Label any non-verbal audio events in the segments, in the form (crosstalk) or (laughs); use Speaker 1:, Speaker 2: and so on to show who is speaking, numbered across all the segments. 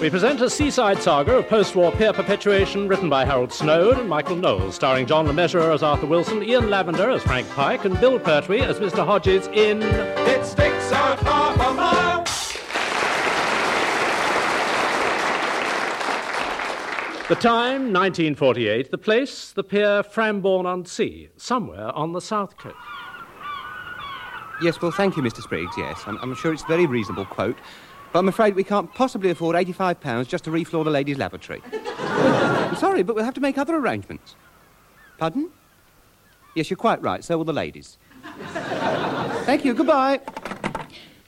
Speaker 1: We present a seaside saga of post war peer perpetuation written by Harold Snowd and Michael Knowles, starring John Le Mesurier as Arthur Wilson, Ian Lavender as Frank Pike, and Bill Pertwee as Mr. Hodges in.
Speaker 2: It sticks out half a mile.
Speaker 1: The time, 1948. The place, the pier Frambourne on Sea, somewhere on the south coast.
Speaker 3: Yes, well, thank you, Mr. Spriggs, yes. I'm, I'm sure it's a very reasonable quote. But I'm afraid we can't possibly afford £85 just to refloor the ladies' lavatory. I'm sorry, but we'll have to make other arrangements. Pardon? Yes, you're quite right. So will the ladies. thank you. Goodbye.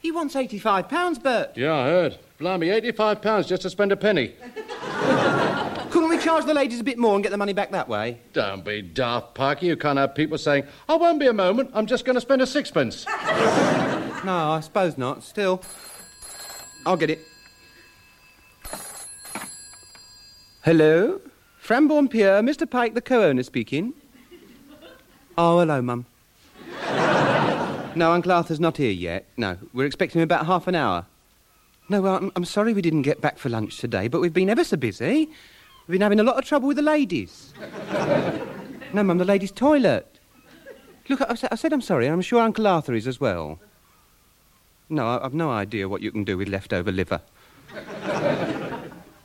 Speaker 3: He wants £85, Bert.
Speaker 4: Yeah, I heard. Blimey, eighty-five pounds just to spend a penny.
Speaker 3: Couldn't we charge the ladies a bit more and get the money back that way?
Speaker 4: Don't be daft, Parky. You can't have people saying, "I won't be a moment. I'm just going to spend a sixpence."
Speaker 3: No, I suppose not. Still, I'll get it. Hello? Frambourne Pier, Mr. Pike, the co owner, speaking. Oh, hello, Mum. no, Uncle Arthur's not here yet. No, we're expecting him about half an hour. No, well, I'm, I'm sorry we didn't get back for lunch today, but we've been ever so busy. We've been having a lot of trouble with the ladies. no, Mum, the ladies' toilet. Look, I, I said- I said I'm sorry, and I'm sure Uncle Arthur is as well. No, I- I've no idea what you can do with leftover liver.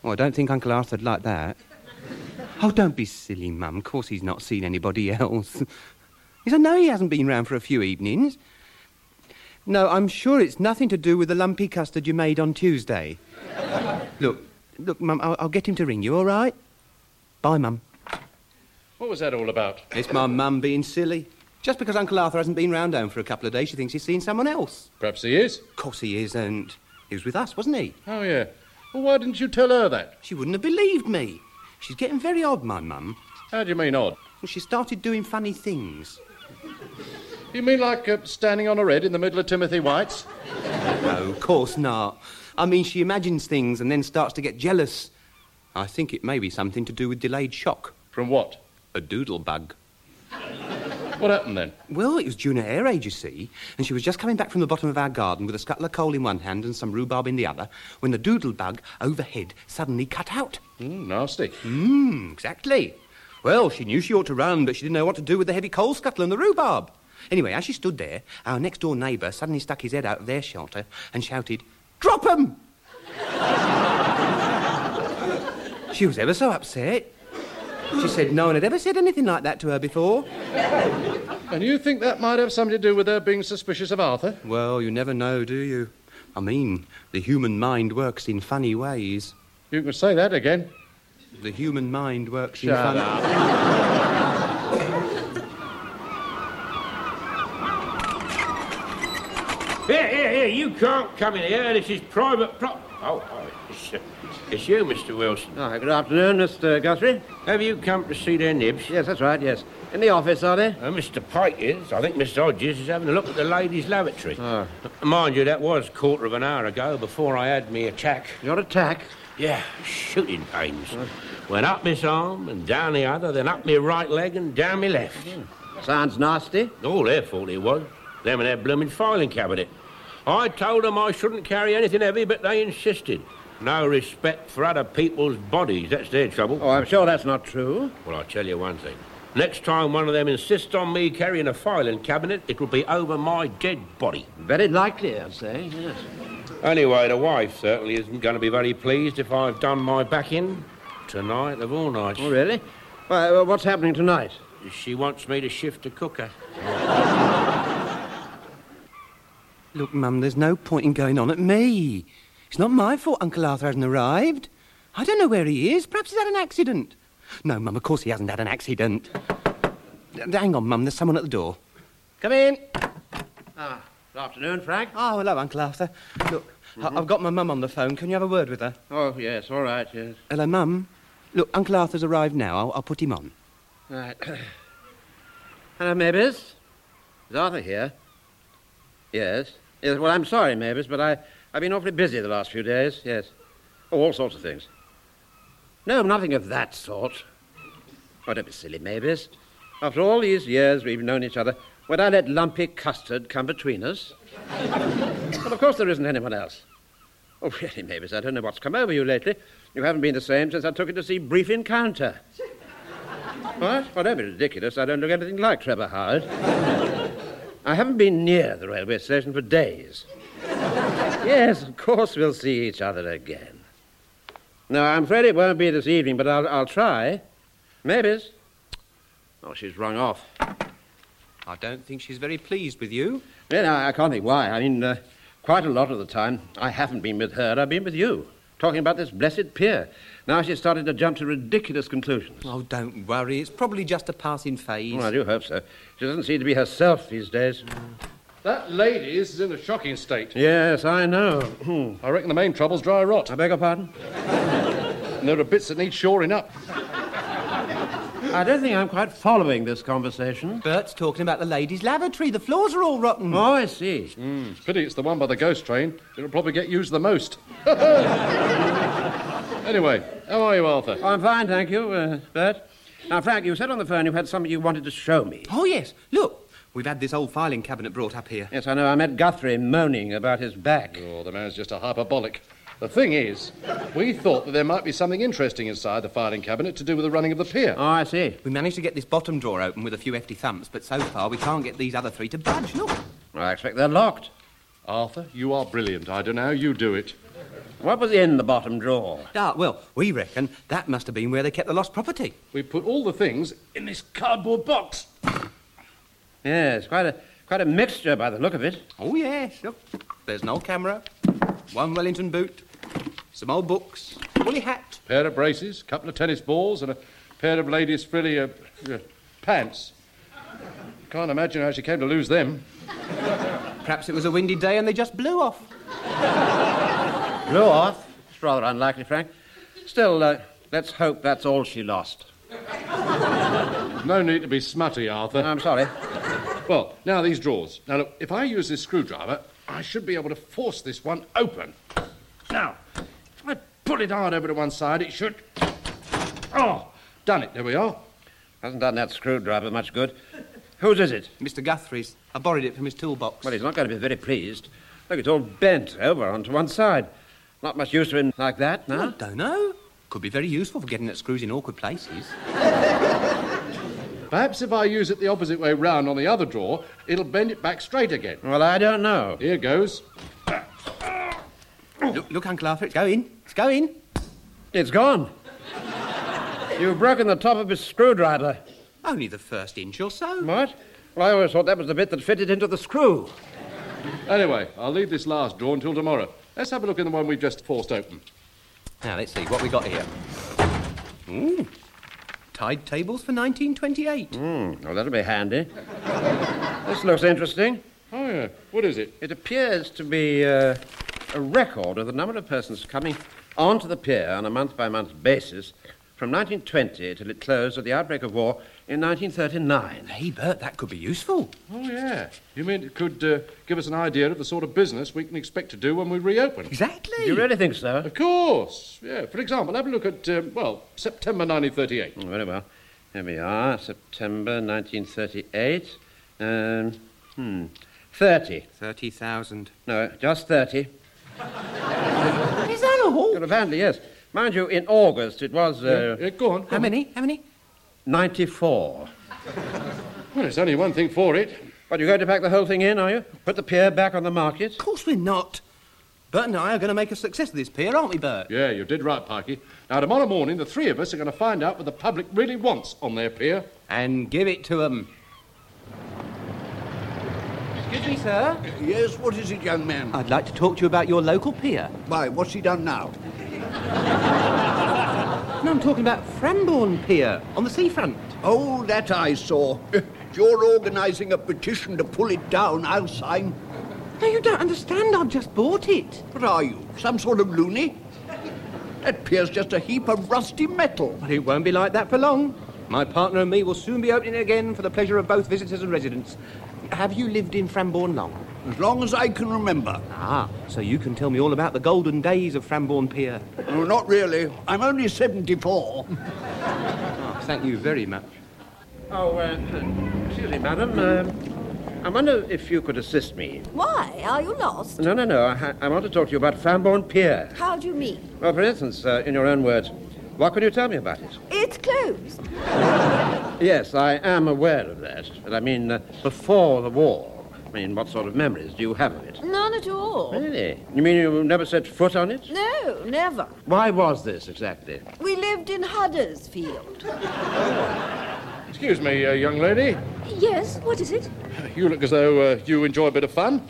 Speaker 3: well, I don't think Uncle Arthur'd like that. Oh, don't be silly, Mum. Of course he's not seen anybody else. Yes, I know he hasn't been round for a few evenings. No, I'm sure it's nothing to do with the lumpy custard you made on Tuesday. look, look, Mum, I'll, I'll get him to ring you, all right? Bye, Mum.
Speaker 4: What was that all about?
Speaker 3: It's my mum being silly. Just because Uncle Arthur hasn't been round home for a couple of days, she thinks he's seen someone else.
Speaker 4: Perhaps he is.
Speaker 3: Of course he isn't. He was with us, wasn't he?
Speaker 4: Oh yeah. Well, why didn't you tell her that?
Speaker 3: She wouldn't have believed me. She's getting very odd, my mum.
Speaker 4: How do you mean odd?
Speaker 3: Well, she started doing funny things.
Speaker 4: You mean like uh, standing on a red in the middle of Timothy White's?
Speaker 3: No, of course not. I mean, she imagines things and then starts to get jealous. I think it may be something to do with delayed shock.
Speaker 4: From what?
Speaker 3: A doodle bug.
Speaker 4: What happened then?
Speaker 3: Well, it was June at her age, you see, and she was just coming back from the bottom of our garden with a scuttle of coal in one hand and some rhubarb in the other when the doodle bug overhead suddenly cut out.
Speaker 4: Mm, nasty.
Speaker 3: Mm, exactly. Well, she knew she ought to run, but she didn't know what to do with the heavy coal scuttle and the rhubarb. Anyway, as she stood there, our next door neighbour suddenly stuck his head out of their shelter and shouted, "Drop 'em!" (laughs) she was ever so upset. She said no one had ever said anything like that to her before.
Speaker 4: And you think that might have something to do with her being suspicious of Arthur?
Speaker 3: Well, you never know, do you? I mean, the human mind works in funny ways.
Speaker 4: You can say that again.
Speaker 3: The human mind works in
Speaker 4: Shut
Speaker 3: funny...
Speaker 5: Here, here, here, you can't come in here. This is private pro. Oh, oh it's, uh, it's you, Mr. Wilson.
Speaker 6: Hi, good afternoon, Mr. Guthrie.
Speaker 5: Have you come to see their nibs?
Speaker 6: Yes, that's right, yes. In the office, are they?
Speaker 5: Uh, Mr. Pike is. I think Mr. Hodges is having a look at the ladies' lavatory.
Speaker 6: Ah.
Speaker 5: Mind you, that was quarter of an hour ago before I had me attack.
Speaker 6: Your attack?
Speaker 5: Yeah, shooting pains. Went up this arm and down the other, then up my right leg and down my left.
Speaker 6: Sounds nasty.
Speaker 5: All their fault it was. Them and their blooming filing cabinet. I told them I shouldn't carry anything heavy, but they insisted. No respect for other people's bodies. That's their trouble.
Speaker 6: Oh, I'm sure that's not true.
Speaker 5: Well, I'll tell you one thing. Next time one of them insists on me carrying a filing cabinet, it'll be over my dead body.
Speaker 6: Very likely, I'd say, yes.
Speaker 5: Anyway, the wife certainly isn't going to be very pleased if I've done my back in. Tonight of all nights.
Speaker 6: Oh, really? Why, well, what's happening tonight?
Speaker 5: She wants me to shift the cooker.
Speaker 3: Look, Mum, there's no point in going on at me. It's not my fault Uncle Arthur hasn't arrived. I don't know where he is. Perhaps he's had an accident. No, Mum, of course he hasn't had an accident. D- hang on, Mum, there's someone at the door. Come in.
Speaker 6: Ah, good afternoon, Frank.
Speaker 3: Oh, hello, Uncle Arthur. Look, I- I've got my mum on the phone. Can you have a word with her?
Speaker 6: Oh, yes, all right, yes.
Speaker 3: Hello, Mum. Look, Uncle Arthur's arrived now. I'll, I'll put him on.
Speaker 6: All right. (clears throat) Hello, Mavis. Is Arthur here? Yes. Yes, well, I'm sorry, Mavis, but I, I've been awfully busy the last few days, yes. Oh, all sorts of things. No, nothing of that sort. Oh, don't be silly, Mavis. After all these years we've known each other, would I let lumpy custard come between us? well, of course there isn't anyone else. Oh, really, Mavis, I don't know what's come over you lately. You haven't been the same since I took you to see Brief Encounter. what? Well, don't be ridiculous. I don't look anything like Trevor Howard. I haven't been near the railway station for days. yes, of course we'll see each other again. No, I'm afraid it won't be this evening, but I'll, I'll try. Mavis. Oh, she's rung off.
Speaker 3: I don't think she's very pleased with you.
Speaker 6: Really, I, I can't think why. I mean, uh, quite a lot of the time, I haven't been with her, I've been with you, talking about this blessed pier. Now she's started to jump to ridiculous conclusions.
Speaker 3: Oh, don't worry. It's probably just a passing phase.
Speaker 6: Well, I do hope so. She doesn't seem to be herself these days.
Speaker 4: That lady is in a shocking state.
Speaker 6: Yes, I know. Hmm.
Speaker 4: I reckon the main trouble's dry rot.
Speaker 6: I beg your pardon?
Speaker 4: (laughs) And there are bits that need shoring up.
Speaker 6: I don't think I'm quite following this conversation.
Speaker 3: Bert's talking about the ladies' lavatory. The floors are all rotten.
Speaker 6: Oh, I see.
Speaker 4: Hmm. Pity it's the one by the ghost train. It'll probably get used the most. (laughs) anyway, how are you, Arthur?
Speaker 6: I'm fine, thank you, uh, Bert. Now, Frank, you said on the phone you had something you wanted to show me.
Speaker 3: Oh, yes. Look, we've had this old filing cabinet brought up here.
Speaker 6: Yes, I know. I met Guthrie moaning about his back.
Speaker 4: Oh, the man's just a hyperbolic. The thing is, we thought that there might be something interesting inside the filing cabinet to do with the running of the pier.
Speaker 6: Oh, I see.
Speaker 3: We managed to get this bottom drawer open with a few hefty thumps, but so far we can't get these other three to budge. Look.
Speaker 6: Well, I expect they're locked.
Speaker 4: Arthur, you are brilliant. I don't know how you do it.
Speaker 6: What was in the bottom drawer?
Speaker 3: Ah, well, we reckon that must have been where they kept the lost property.
Speaker 4: We put all the things in this cardboard box.
Speaker 6: Yes, quite a quite a mixture by the look of it.
Speaker 3: Oh, yes. Look, there's an old camera, one Wellington boot, some old books, woolly hat.
Speaker 4: Pair of braces, couple of tennis balls, and a pair of ladies' frilly uh, uh, pants. Can't imagine how she came to lose them.
Speaker 3: Perhaps it was a windy day and they just blew off.
Speaker 6: Blew off. It's rather unlikely, Frank. Still, uh, let's hope that's all she lost.
Speaker 4: No need to be smutty, Arthur.
Speaker 6: I'm sorry.
Speaker 4: Well, now these drawers. Now look, if I use this screwdriver, I should be able to force this one open. Now, if I pull it hard over to one side, it should. Oh, done it. There we are.
Speaker 6: Hasn't done that screwdriver much good. Whose is it?
Speaker 3: Mr. Guthrie's. I borrowed it from his toolbox.
Speaker 6: Well, he's not going to be very pleased. Look, it's all bent over onto one side. Not much use to him like that,
Speaker 3: I
Speaker 6: no?
Speaker 3: don't know. Could be very useful for getting at screws in awkward places.
Speaker 4: Perhaps if I use it the opposite way round on the other drawer, it'll bend it back straight again.
Speaker 6: Well, I don't know.
Speaker 4: Here goes.
Speaker 7: Oh.
Speaker 3: look, look, Uncle Arthur, it's going. It's going.
Speaker 6: It's gone. You've broken the top of his screwdriver.
Speaker 3: Only the first inch or so.
Speaker 6: What? Well, I always thought that was the bit that fitted into the screw.
Speaker 4: Anyway, I'll leave this last drawer until tomorrow. Let's have a look in the one we just forced open.
Speaker 3: Now, let's see what we got here. Ooh. Tide tables for 1928.
Speaker 6: Well, that'll be handy. this looks interesting.
Speaker 4: Oh, yeah. What is it?
Speaker 6: It appears to be uh, a record of the number of persons coming onto the pier on a month by month basis from 1920 till it closed at the outbreak of war in 1939.
Speaker 3: Hey, Bert, that could be useful.
Speaker 4: Oh, yeah. You mean it could uh, give us an idea of the sort of business we can expect to do when we reopen?
Speaker 3: Exactly.
Speaker 6: Do you really think so?
Speaker 4: Of course. Yeah. For example, have a look at, um, well, September 1938.
Speaker 6: Oh, Very well. Here we are, September 1938. Um, hmm. 30.
Speaker 3: 30,000.
Speaker 6: No, just 30.
Speaker 3: Is that all?
Speaker 6: Well, apparently, yes. Mind you, in August it was uh,
Speaker 4: Yeah, go on. go
Speaker 3: How
Speaker 4: on.
Speaker 3: many? How many?
Speaker 6: 94.
Speaker 4: Well, there's only one thing for it.
Speaker 6: But you're going to pack the whole thing in, are you? Put the pier back on the market?
Speaker 3: Of course we're not. Bert and I are going to make a success of this pier, aren't we, Bert?
Speaker 4: Yeah, you did right, Parky. Now, tomorrow morning, the three of us are going to find out what the public really wants on their pier.
Speaker 3: And give it to 'em. Excuse me, sir.
Speaker 7: Yes, what is it, young man?
Speaker 3: I'd like to talk to you about your local pier.
Speaker 7: Why, what's he done now?
Speaker 3: No, I'm talking about Frambourne Pier on the seafront.
Speaker 7: Oh, that I saw. (laughs) If you're organising a petition to pull it down, I'll sign.
Speaker 3: No, you don't understand. I've just bought it.
Speaker 7: What are you, some sort of loony? (laughs) That pier's just a heap of rusty metal.
Speaker 3: But it won't be like that for long. My partner and me will soon be opening it again for the pleasure of both visitors and residents. Have you lived in Frambourne long?
Speaker 7: As long as I can remember.
Speaker 3: Ah, so you can tell me all about the golden days of Frambourne Pier.
Speaker 7: No, not really. I'm only
Speaker 3: (laughs)
Speaker 7: 74.
Speaker 3: Thank you very much.
Speaker 6: Oh, uh, excuse me, madam. Um, I wonder if you could assist me.
Speaker 8: Why? Are you lost?
Speaker 6: No, no, no. I, I want to talk to you about Fambourne Pier.
Speaker 8: How do you mean?
Speaker 6: Well, for instance, uh, in your own words, what could you tell me about it?
Speaker 8: It's closed.
Speaker 6: Yes, I am aware of that. But I mean, uh, before the war. I mean, what sort of memories do you have of it?
Speaker 8: None at all.
Speaker 6: Really? You mean you never set foot on it?
Speaker 8: No, never.
Speaker 6: Why was this exactly?
Speaker 8: We lived in Huddersfield.
Speaker 4: Excuse me, uh, young lady.
Speaker 8: Yes, what is it?
Speaker 4: You look as though uh, you enjoy a bit of fun.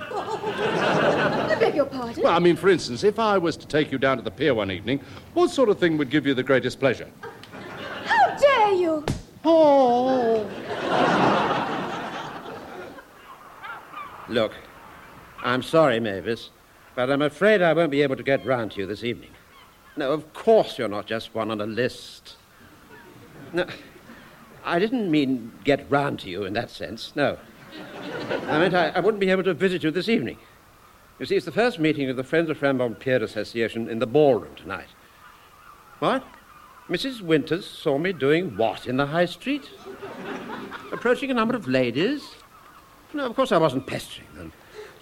Speaker 8: I beg your pardon.
Speaker 4: Well, I mean, for instance, if I was to take you down to the pier one evening, what sort of thing would give you the greatest pleasure?
Speaker 8: How dare you?
Speaker 4: Oh.
Speaker 6: Look, I'm sorry, Mavis, but I'm afraid I won't be able to get round to you this evening. No, of course you're not just one on a list. No, I didn't mean get round to you in that sense, no. I meant I, I wouldn't be able to visit you this evening. You see, it's the first meeting of the Friends of Frambourne Pier Association in the ballroom tonight. What? Mrs. Winters saw me doing what in the high street? Approaching a number of ladies? No, of course I wasn't pestering them.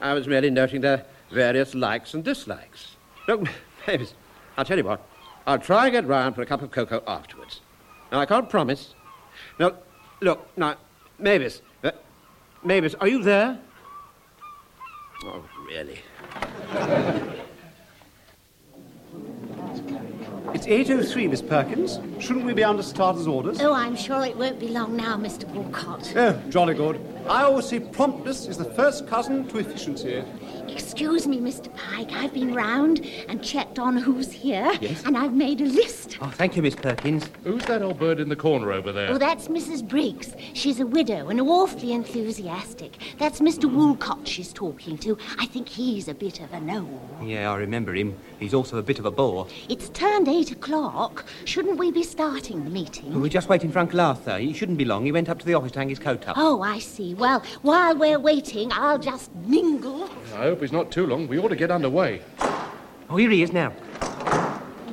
Speaker 6: I was merely noting their various likes and dislikes. (laughs) Look, Mavis, I'll tell you what. I'll try and get round for a cup of cocoa afterwards. Now, I can't promise. Now, look, now, Mavis, uh, Mavis, are you there? Oh, really?
Speaker 3: It's 8.03, Miss Perkins. Shouldn't we be under starter's orders?
Speaker 9: Oh, I'm sure it won't be long now, Mr. Walcott.
Speaker 3: Oh, jolly good. I always say promptness is the first cousin to efficiency.
Speaker 9: Excuse me, Mr. Pike. I've been round and checked on who's here, and I've made a list.
Speaker 3: Oh, thank you, Miss Perkins.
Speaker 4: Who's that old bird in the corner over
Speaker 9: Oh,
Speaker 4: there?
Speaker 9: that's Mrs. Briggs. She's a widow and awfully enthusiastic. That's Mr. Woolcott she's talking to. I think he's a bit of a know
Speaker 3: Yeah, I remember him. He's also a bit of a bore.
Speaker 9: It's turned eight o'clock. Shouldn't we be starting the meeting?
Speaker 3: We're just waiting for Uncle Arthur. He shouldn't be long. He went up to the office to hang his coat up.
Speaker 9: Oh, I see. Well, while we're waiting, I'll just mingle.
Speaker 4: I hope he's not too long. We ought to get underway.
Speaker 3: Oh, here he is now.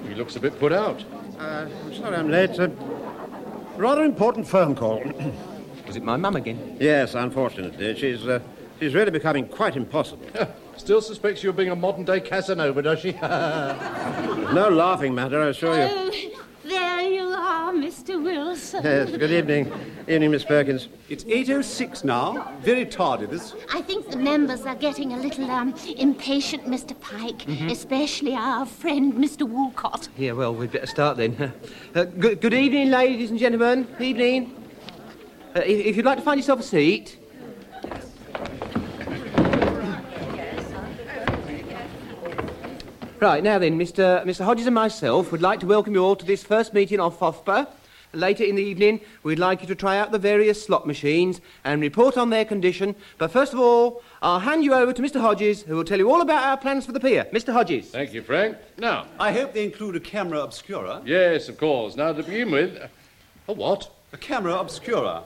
Speaker 4: He looks a bit put out.
Speaker 6: Uh, I'm sorry I'm late. A rather important phone call.
Speaker 3: Was it my mum again?
Speaker 6: yes, unfortunately. She's, uh, she's really becoming quite impossible. (laughs)
Speaker 4: Still suspects you of being a modern day Casanova, does she?
Speaker 6: no laughing matter, I assure you.
Speaker 9: Oh, There you are, Mr. Wilson.
Speaker 6: Yes, good evening. Evening, Miss Perkins.
Speaker 3: It's 8.06 now. Very tardy, this.
Speaker 9: I think the members are getting a little um, impatient, Mr. Pike, especially our friend, Mr. Woolcott.
Speaker 3: Yeah, well, we'd better start then. (laughs) Uh, good, good evening, ladies and gentlemen. Evening. Uh, if, if you'd like to find yourself a seat. Right, now then, Mr. Mr. Hodges and myself would like to welcome you all to this first meeting of FOFPA. Later in the evening, we'd like you to try out the various slot machines and report on their condition. But first of all, I'll hand you over to Mr. Hodges, who will tell you all about our plans for the pier. Mr. Hodges.
Speaker 4: Thank you, Frank. Now,
Speaker 10: I hope they include a camera obscura.
Speaker 4: yes, of course. Now, to begin with, uh, a what?
Speaker 10: A camera obscura.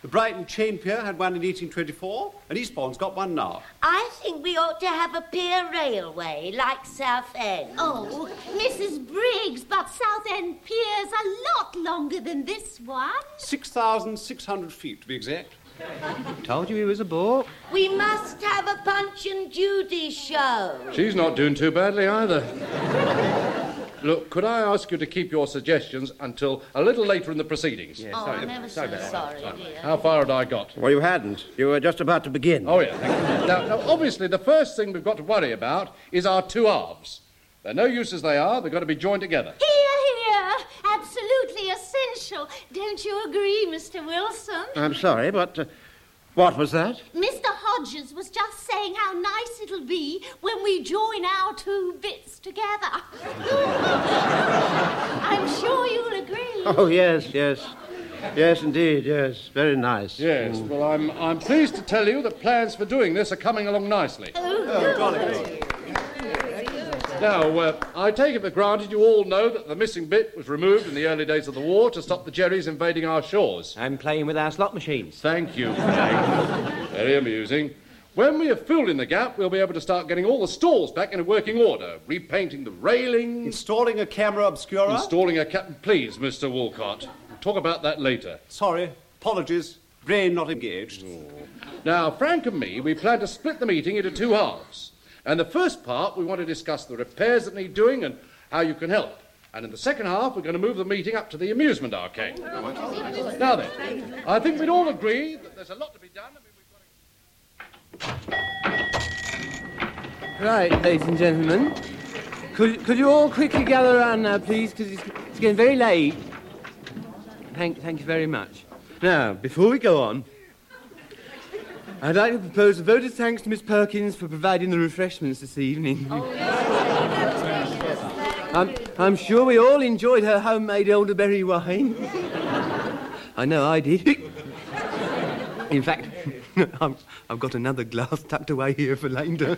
Speaker 10: The Brighton Chain Pier had one in 1824, and Eastbourne's got one now.
Speaker 11: I think we ought to have a pier railway like Southend.
Speaker 9: Oh, Mrs. Briggs, but Southend Pier's a lot longer than this one.
Speaker 10: 6,600 feet, to be exact.
Speaker 3: (laughs) Told you he was a bore.
Speaker 11: We must have a Punch and Judy show.
Speaker 4: She's not doing too badly either. (laughs) Look, could I ask you to keep your suggestions until a little later in the proceedings?
Speaker 11: oh, I'm ever so sorry, dear.
Speaker 4: How far had I got?
Speaker 6: Well, you hadn't. You were just about to begin.
Speaker 4: Oh, yeah. thank you. now, now, obviously, the first thing we've got to worry about is our two arms. They're no use as they are, they've got to be joined together.
Speaker 9: Here, here. Absolutely essential. Don't you agree, Mr. Wilson?
Speaker 6: I'm sorry, but uh, what was that?
Speaker 9: Mr. Hodges was just saying how nice it'll be when we join our two bits together. (laughs) I'm sure you'll agree.
Speaker 6: Oh, yes, yes. Yes, indeed, yes. Very nice.
Speaker 4: Yes, well, I'm, I'm pleased to tell you that plans for doing this are coming along nicely.
Speaker 6: Oh,
Speaker 4: Now, uh, I take it for granted you all know that the missing bit was removed in the early days of the war to stop the Jerrys invading our shores.
Speaker 3: I'm playing with our slot machines.
Speaker 4: Thank you, Frank. Very amusing. When we have filled in the gap, we'll be able to start getting all the stalls back into working order, repainting the railings,
Speaker 10: Installing a camera obscura?
Speaker 4: installing a captain. Please, Mr. Walcott, we'll talk about that later.
Speaker 10: sorry, apologies.
Speaker 4: Brain not engaged. Now, Frank and me, we plan to split the meeting into two halves. And the first part, we want to discuss the repairs that need doing and how you can help. And in the second half, we're going to move the meeting up to the amusement arcade. Now then, I think we'd all agree that there's a lot to be done.
Speaker 3: Right, ladies and gentlemen. Could, could you all quickly gather around now, please? Because it's, it's getting very late. Thank, thank you very much. Now, before we go on, I'd like to propose a vote of thanks to Miss Perkins for providing the refreshments this evening. I'm, I'm sure we all enjoyed her homemade elderberry wine. I know I did. In fact, (laughs) I'm, I've got another glass tucked away here for later.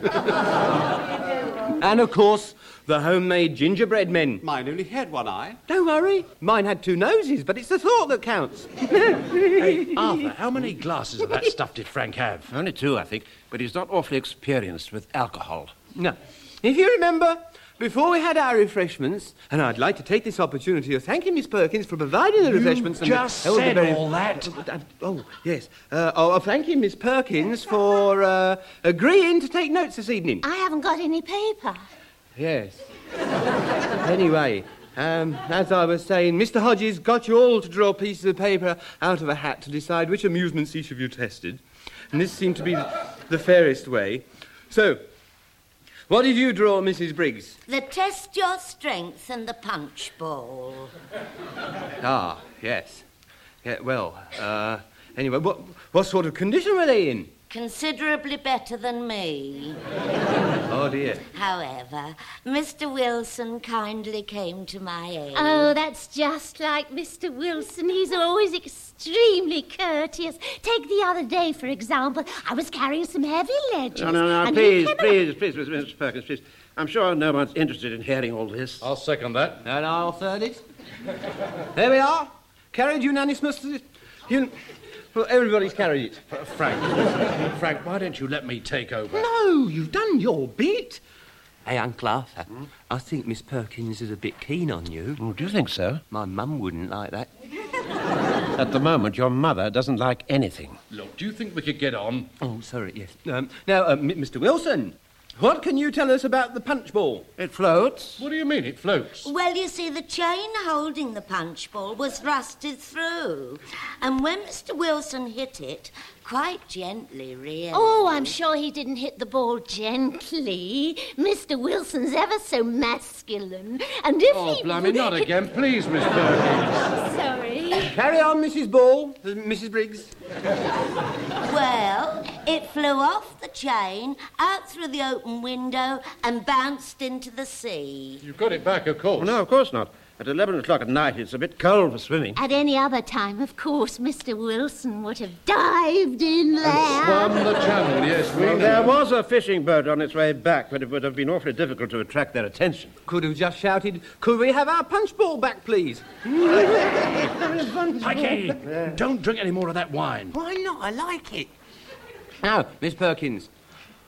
Speaker 3: and of course, the homemade gingerbread men. Mine only had one eye. Don't worry. Mine had two noses, but it's the thought that counts.
Speaker 6: Hey,
Speaker 3: Arthur,
Speaker 6: how many glasses of that stuff did Frank have? Only two, I think, but he's not awfully experienced with alcohol.
Speaker 3: No. If you remember, before we had our refreshments, and I'd like to take this opportunity of thanking Miss Perkins for providing the
Speaker 1: You
Speaker 3: refreshments.
Speaker 1: just
Speaker 3: and the
Speaker 1: said
Speaker 3: elderberry-
Speaker 1: all that.
Speaker 3: Uh, Oh, yes. Uh, oh, uh, thanking Miss Perkins for uh, agreeing to take notes this evening.
Speaker 9: I haven't got any paper.
Speaker 3: Yes. anyway, um, as I was saying, Mr. Hodges got you all to draw pieces of paper out of a hat to decide which amusements each of you tested. And this seemed to be the fairest way. So, what did you draw, Mrs. Briggs?
Speaker 10: The test your strength and the punch bowl.
Speaker 3: Ah, yes. Yeah, well, uh, anyway, what, what sort of condition were they in?
Speaker 10: Considerably better than me.
Speaker 3: Oh, dear.
Speaker 10: However, Mr. Wilson kindly came to my aid.
Speaker 9: Oh, that's just like Mr. Wilson. He's always extremely courteous. Take the other day, for example. I was carrying some heavy ledges.
Speaker 6: No, no, no,
Speaker 9: and
Speaker 6: please,
Speaker 9: he came
Speaker 6: please, please, Miss- Mrs. Perkins, please. I'm sure no one's interested in hearing all this.
Speaker 4: I'll second that.
Speaker 3: And I'll third it. There we are. Carried unanimously. Un- well, everybody's carried it.
Speaker 4: Frank, Frank, why don't you let me take over?
Speaker 3: No, you've done your bit. Hey, Uncle Arthur, I think Miss Perkins is a bit keen on you. do you think so? My mum wouldn't like that.
Speaker 6: At the moment, your mother doesn't like anything.
Speaker 4: Look, do you think we could get on?
Speaker 3: Oh, sorry, yes. Um, now, uh, M- Mr. Wilson, what can you tell us about the punch ball? It floats.
Speaker 4: What do you mean it floats?
Speaker 9: Oh,
Speaker 10: Well, you see, the chain holding the punch ball was rusted through. And when Mr. Wilson hit it, quite gently, really.
Speaker 9: Oh, I'm sure he didn't hit the ball gently. Mr. Wilson's ever so masculine. And if
Speaker 4: Oh,
Speaker 9: he.
Speaker 4: blimey, not again, please, Miss Perkins.
Speaker 9: Sorry.
Speaker 3: Carry on, Mrs. Ball, uh, Mrs. Briggs.
Speaker 10: Well, it flew off the chain, out through the open window, and bounced into the sea.
Speaker 4: You got it back, of course.
Speaker 6: No, of course not. At 11 o'clock at night, it's a bit cold for swimming.
Speaker 9: At any other time, of course, Mr. Wilson would have dived in there.
Speaker 4: Swam the channel, yes, we
Speaker 6: Well,
Speaker 4: know.
Speaker 6: there was a fishing boat on its way back, but it would have been awfully difficult to attract their attention.
Speaker 3: Could have just shouted, could we have our punch ball back, please?
Speaker 4: Mikey, don't drink any more of that wine.
Speaker 3: Why not? I like it. Now, Miss Perkins,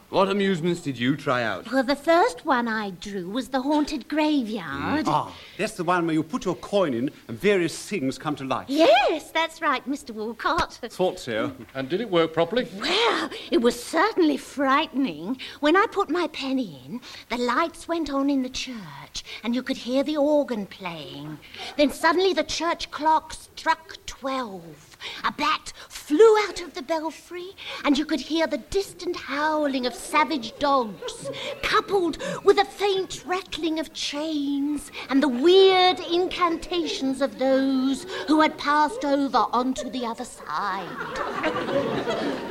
Speaker 3: what amusements did you try out?
Speaker 9: Well, the first one I drew was the haunted graveyard.
Speaker 12: Ah, that's the one where you put your coin in and various things come to life.
Speaker 9: Yes, that's right, Mr. Walcott.
Speaker 12: Thought so.
Speaker 4: And did it work properly?
Speaker 9: Well, it was certainly frightening. When I put my penny in, the lights went on in the church, and you could hear the organ playing. Then suddenly the church clock struck twelve. A bat flew out of the belfry, and you could hear the distant howling of savage dogs, coupled with a faint rattling of chains and the weird incantations of those who had passed over onto the other side.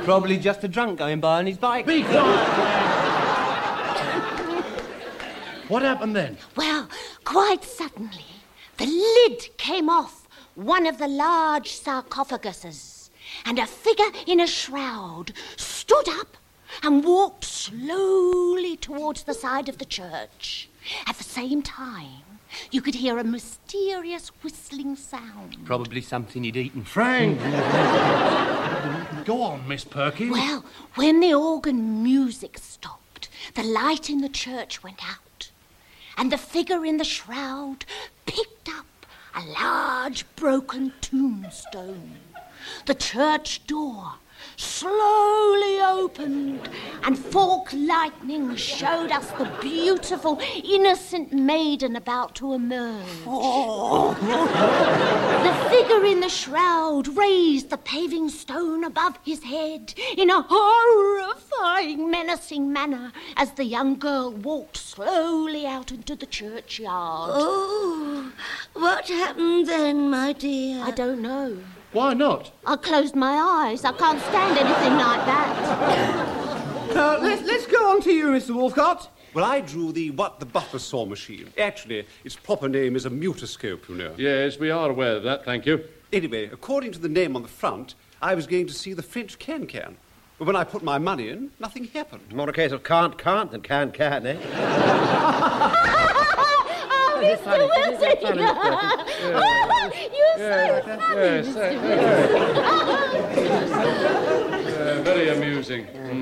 Speaker 3: Probably just a drunk going by on his bike. Be
Speaker 4: What happened then?
Speaker 9: Well, quite suddenly, the lid came off one of the large sarcophaguses, and a figure in a shroud stood up and walked slowly towards the side of the church. At the same time, you could hear a mysterious whistling sound.
Speaker 3: Probably something he'd eaten.
Speaker 4: Frank! Go on, Miss Perkins.
Speaker 9: Well, when the organ music stopped, the light in the church went out, and the figure in the shroud picked up a large broken tombstone The church door slowly opened, and fork lightning showed us the beautiful, innocent maiden about to emerge. the figure in the shroud raised the paving stone above his head in a horrifying, menacing manner as the young girl walked slowly out into the churchyard.
Speaker 11: Oh, what happened then, my dear?
Speaker 9: I don't know.
Speaker 1: Why not?
Speaker 9: I closed my eyes. I can't stand anything
Speaker 6: (laughs)
Speaker 9: like that.
Speaker 10: Uh, let's, let's go on to you, Mr. Wolfcott. Well, I drew the what the butler saw machine. Actually, its proper name is a mutoscope, you know.
Speaker 4: Yes, we are aware of that, thank you.
Speaker 10: Anyway, according to the name on the front, I was going to see the French can-can. But when I put my money in, nothing happened.
Speaker 6: More a case of can't, can't than can, can, eh?
Speaker 9: oh, Mr.
Speaker 6: funny. Isn't
Speaker 9: Wilson!
Speaker 6: that funny,
Speaker 9: (laughs) You're so funny, Mr. Wilson.
Speaker 4: Uh, very amusing. Hmm.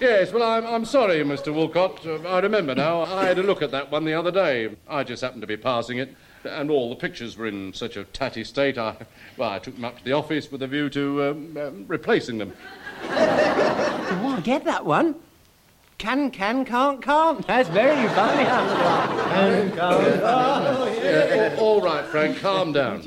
Speaker 4: Yes, well, I'm, I'm sorry, Mr. Walcott. Uh, I remember now. I had a look at that one the other day. I just happened to be passing it, and all the pictures were in such a tatty state. I, well, I took them up to the office with a view to um, um, replacing them.
Speaker 13: Oh, I get that one. Can, can, can't, can't. That's very funny. can, can't, can't.
Speaker 4: Yeah, Uh, all all right, Frank, calm down.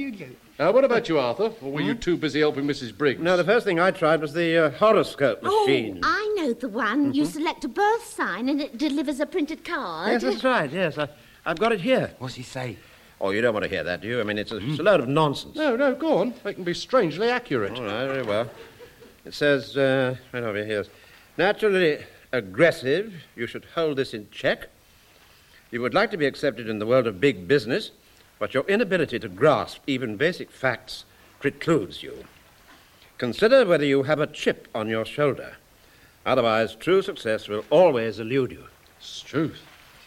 Speaker 4: Uh, what about you, Arthur? Or were you too busy helping Mrs. Briggs?
Speaker 6: No, the first thing I tried was the uh, horoscope machine. Mm-hmm.
Speaker 9: Oh, I know the one. You select a birth sign and it delivers a printed card.
Speaker 6: Yes, that's right, yes. I, I've got it here. What's he say? Oh, you don't want to hear that, do you? I mean, it's a, it's a load of nonsense.
Speaker 4: No, no, go on. They can be strangely accurate.
Speaker 6: All right, very well. It says, uh, right over here, naturally aggressive, you should hold this in check. You would like to be accepted in the world of big business, but your inability to grasp even basic facts precludes you. Consider whether you have a chip on your shoulder. Otherwise, true success will always elude you.
Speaker 4: It's truth.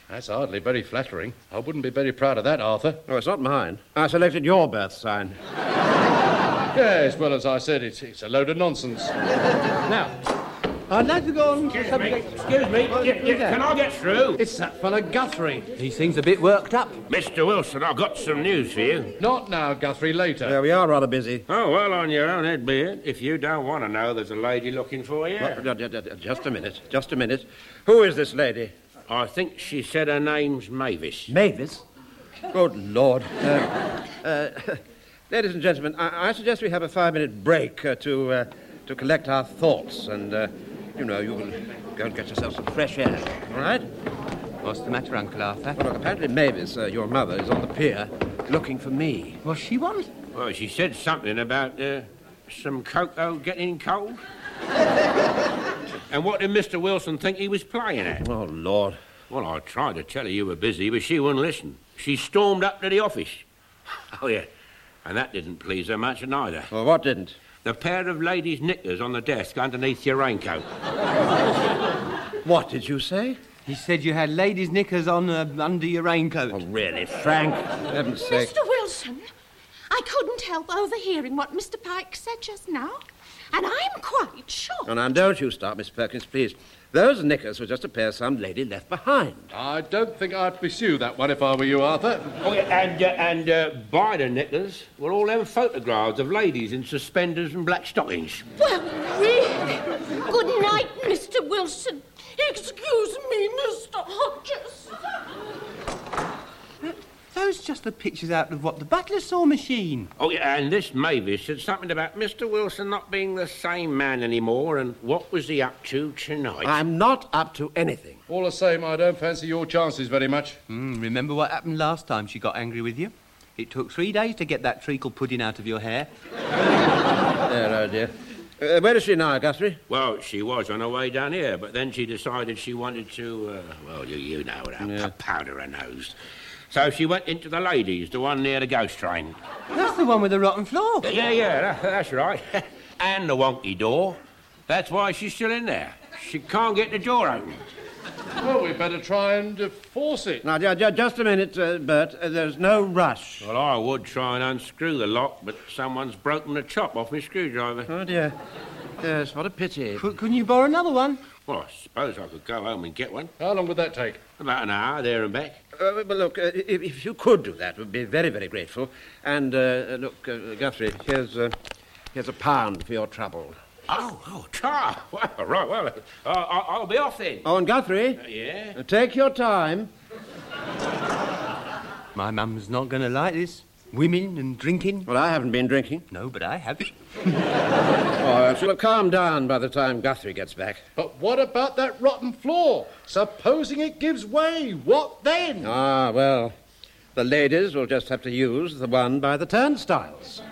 Speaker 4: That's hardly very flattering. I wouldn't be very proud of that, Arthur.
Speaker 6: Oh, it's not mine. I selected your birth sign.
Speaker 4: yes, well, as I said, it's, it's a load of nonsense.
Speaker 13: I'd like to go on.
Speaker 5: Excuse me. Excuse me. Yeah, yeah, can I get through?
Speaker 4: It's that fella Guthrie.
Speaker 13: He seems a bit worked up.
Speaker 5: Mr. Wilson, I've got some news for you.
Speaker 4: Not now, Guthrie, later.
Speaker 6: Yeah, we are rather busy.
Speaker 5: Oh, well, on your own head be it. If you don't want to know, there's a lady looking for you.
Speaker 6: Ju- ju- ju- Just a minute. Just a minute. Who is this lady?
Speaker 5: I think she said her name's Mavis.
Speaker 6: Mavis? Good Lord. Uh, uh, ladies and gentlemen, I, I suggest we have a five minute break uh, to, uh, to collect our thoughts and, uh, you know, you can go and get yourself some fresh air. All right?
Speaker 13: What's the matter, Uncle Arthur?
Speaker 6: Well, look, apparently Mavis, uh, your mother, is on the pier looking for me.
Speaker 13: What's she want?
Speaker 5: Well, she said something about uh, some cocoa getting
Speaker 13: (laughs)
Speaker 5: cold. and what did Mr. Wilson think he was playing at?
Speaker 6: Oh, Lord.
Speaker 5: Well, I tried to tell her you were busy, but she wouldn't listen. She stormed up to the office. (laughs) Oh, yeah. And that didn't please her much neither.
Speaker 6: Well, what didn't?
Speaker 5: The pair of ladies' knickers on the desk underneath your raincoat.
Speaker 6: What did you say?
Speaker 13: He said you had ladies' knickers on uh, under your raincoat.
Speaker 5: Oh, really, Frank?
Speaker 6: Heaven's sake.
Speaker 9: Mr. Wilson, I couldn't help overhearing what Mr. Pike said just now, and I'm quite shocked.
Speaker 6: Oh, now, don't you start, Miss Perkins, please. Those knickers were just a pair some lady left behind.
Speaker 4: I don't think I'd pursue that one if I were you, Arthur.
Speaker 5: Oh, yeah, and uh, and uh, by the knickers were all them photographs of ladies in suspenders and black stockings.
Speaker 9: Well, really? Good night, Mr. Wilson. Excuse me, Mr. Hodges.
Speaker 13: Those just the pictures out of what the butler saw machine.
Speaker 5: Oh, yeah, and this Mavis said something about Mr. Wilson not being the same man anymore, and what was he up to tonight?
Speaker 6: I'm not up to anything.
Speaker 4: All the same, I don't fancy your chances very much.
Speaker 13: Mm, remember what happened last time she got angry with you? It took three days to get that treacle pudding out of your hair.
Speaker 6: There, oh dear. Uh, where is she now, Guthrie?
Speaker 5: Well, she was on her way down here, but then she decided she wanted to, uh, well, you, you know her, p- powder her nose. So she went into the ladies, the one near the ghost train.
Speaker 13: That's the one with the rotten floor.
Speaker 5: Yeah, yeah, tha- that's right. (laughs) and the wonky door. That's why she's still in there. She can't get the door open.
Speaker 4: Well, we'd better try and uh, force it.
Speaker 6: Now, ju- ju- just a minute, uh, Bert. Uh, there's no rush.
Speaker 5: Well, I would try and unscrew the lock, but someone's broken the chop off my screwdriver.
Speaker 6: Oh, dear. Yes, what a pity.
Speaker 13: Cou- couldn't you borrow another one?
Speaker 5: Well, I suppose I could go home and get one.
Speaker 4: How long would that take?
Speaker 5: About an hour there and back.
Speaker 6: Uh, but look, uh, if, if you could do that, we'd be very, very grateful. And uh, look, uh, Guthrie, uh, here's uh, Here's a pound for your trouble.
Speaker 14: Oh, oh, car. Well, right, well, uh, I- I'll be off then.
Speaker 6: Oh, and Guthrie?
Speaker 14: Uh, yeah?
Speaker 6: uh, Take your time.
Speaker 3: My mum's not going to like this. Women and drinking.
Speaker 6: Well, I haven't been drinking.
Speaker 3: No, but I have.
Speaker 6: Oh, she'll have calmed down by the time Guthrie gets back.
Speaker 15: But what about that rotten floor? Supposing it gives way, what then?
Speaker 6: Ah, well, the ladies will just have to use the one by the turnstiles.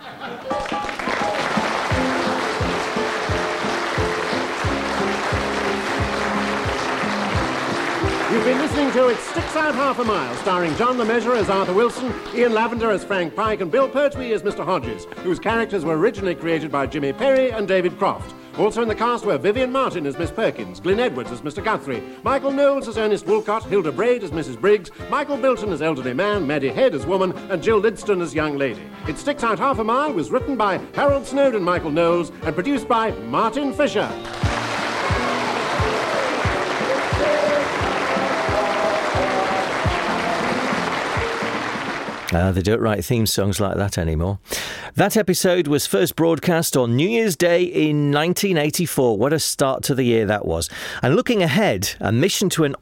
Speaker 4: You've been listening to It Sticks Out Half a Mile, starring John the Measurer as Arthur Wilson, Ian Lavender as Frank Pike, and Bill Pertwee as Mr. Hodges, whose characters were originally created by Jimmy Perry and David Croft. Also in the cast were Vivian Martin as Miss Perkins, Glyn Edwards as Mr. Guthrie, Michael Knowles as Ernest Woolcott, Hilda Braid as Mrs. Briggs, Michael Bilton as Elderly Man, Maddie Head as Woman, and Jill Lidston as Young Lady. It Sticks Out Half a Mile was written by Harold Snowden and Michael Knowles and produced by Martin Fisher.
Speaker 5: Uh, they don't write theme songs like that anymore. That episode was first broadcast on New Year's Day in 1984. What a start to the year that was. And looking ahead, a mission to an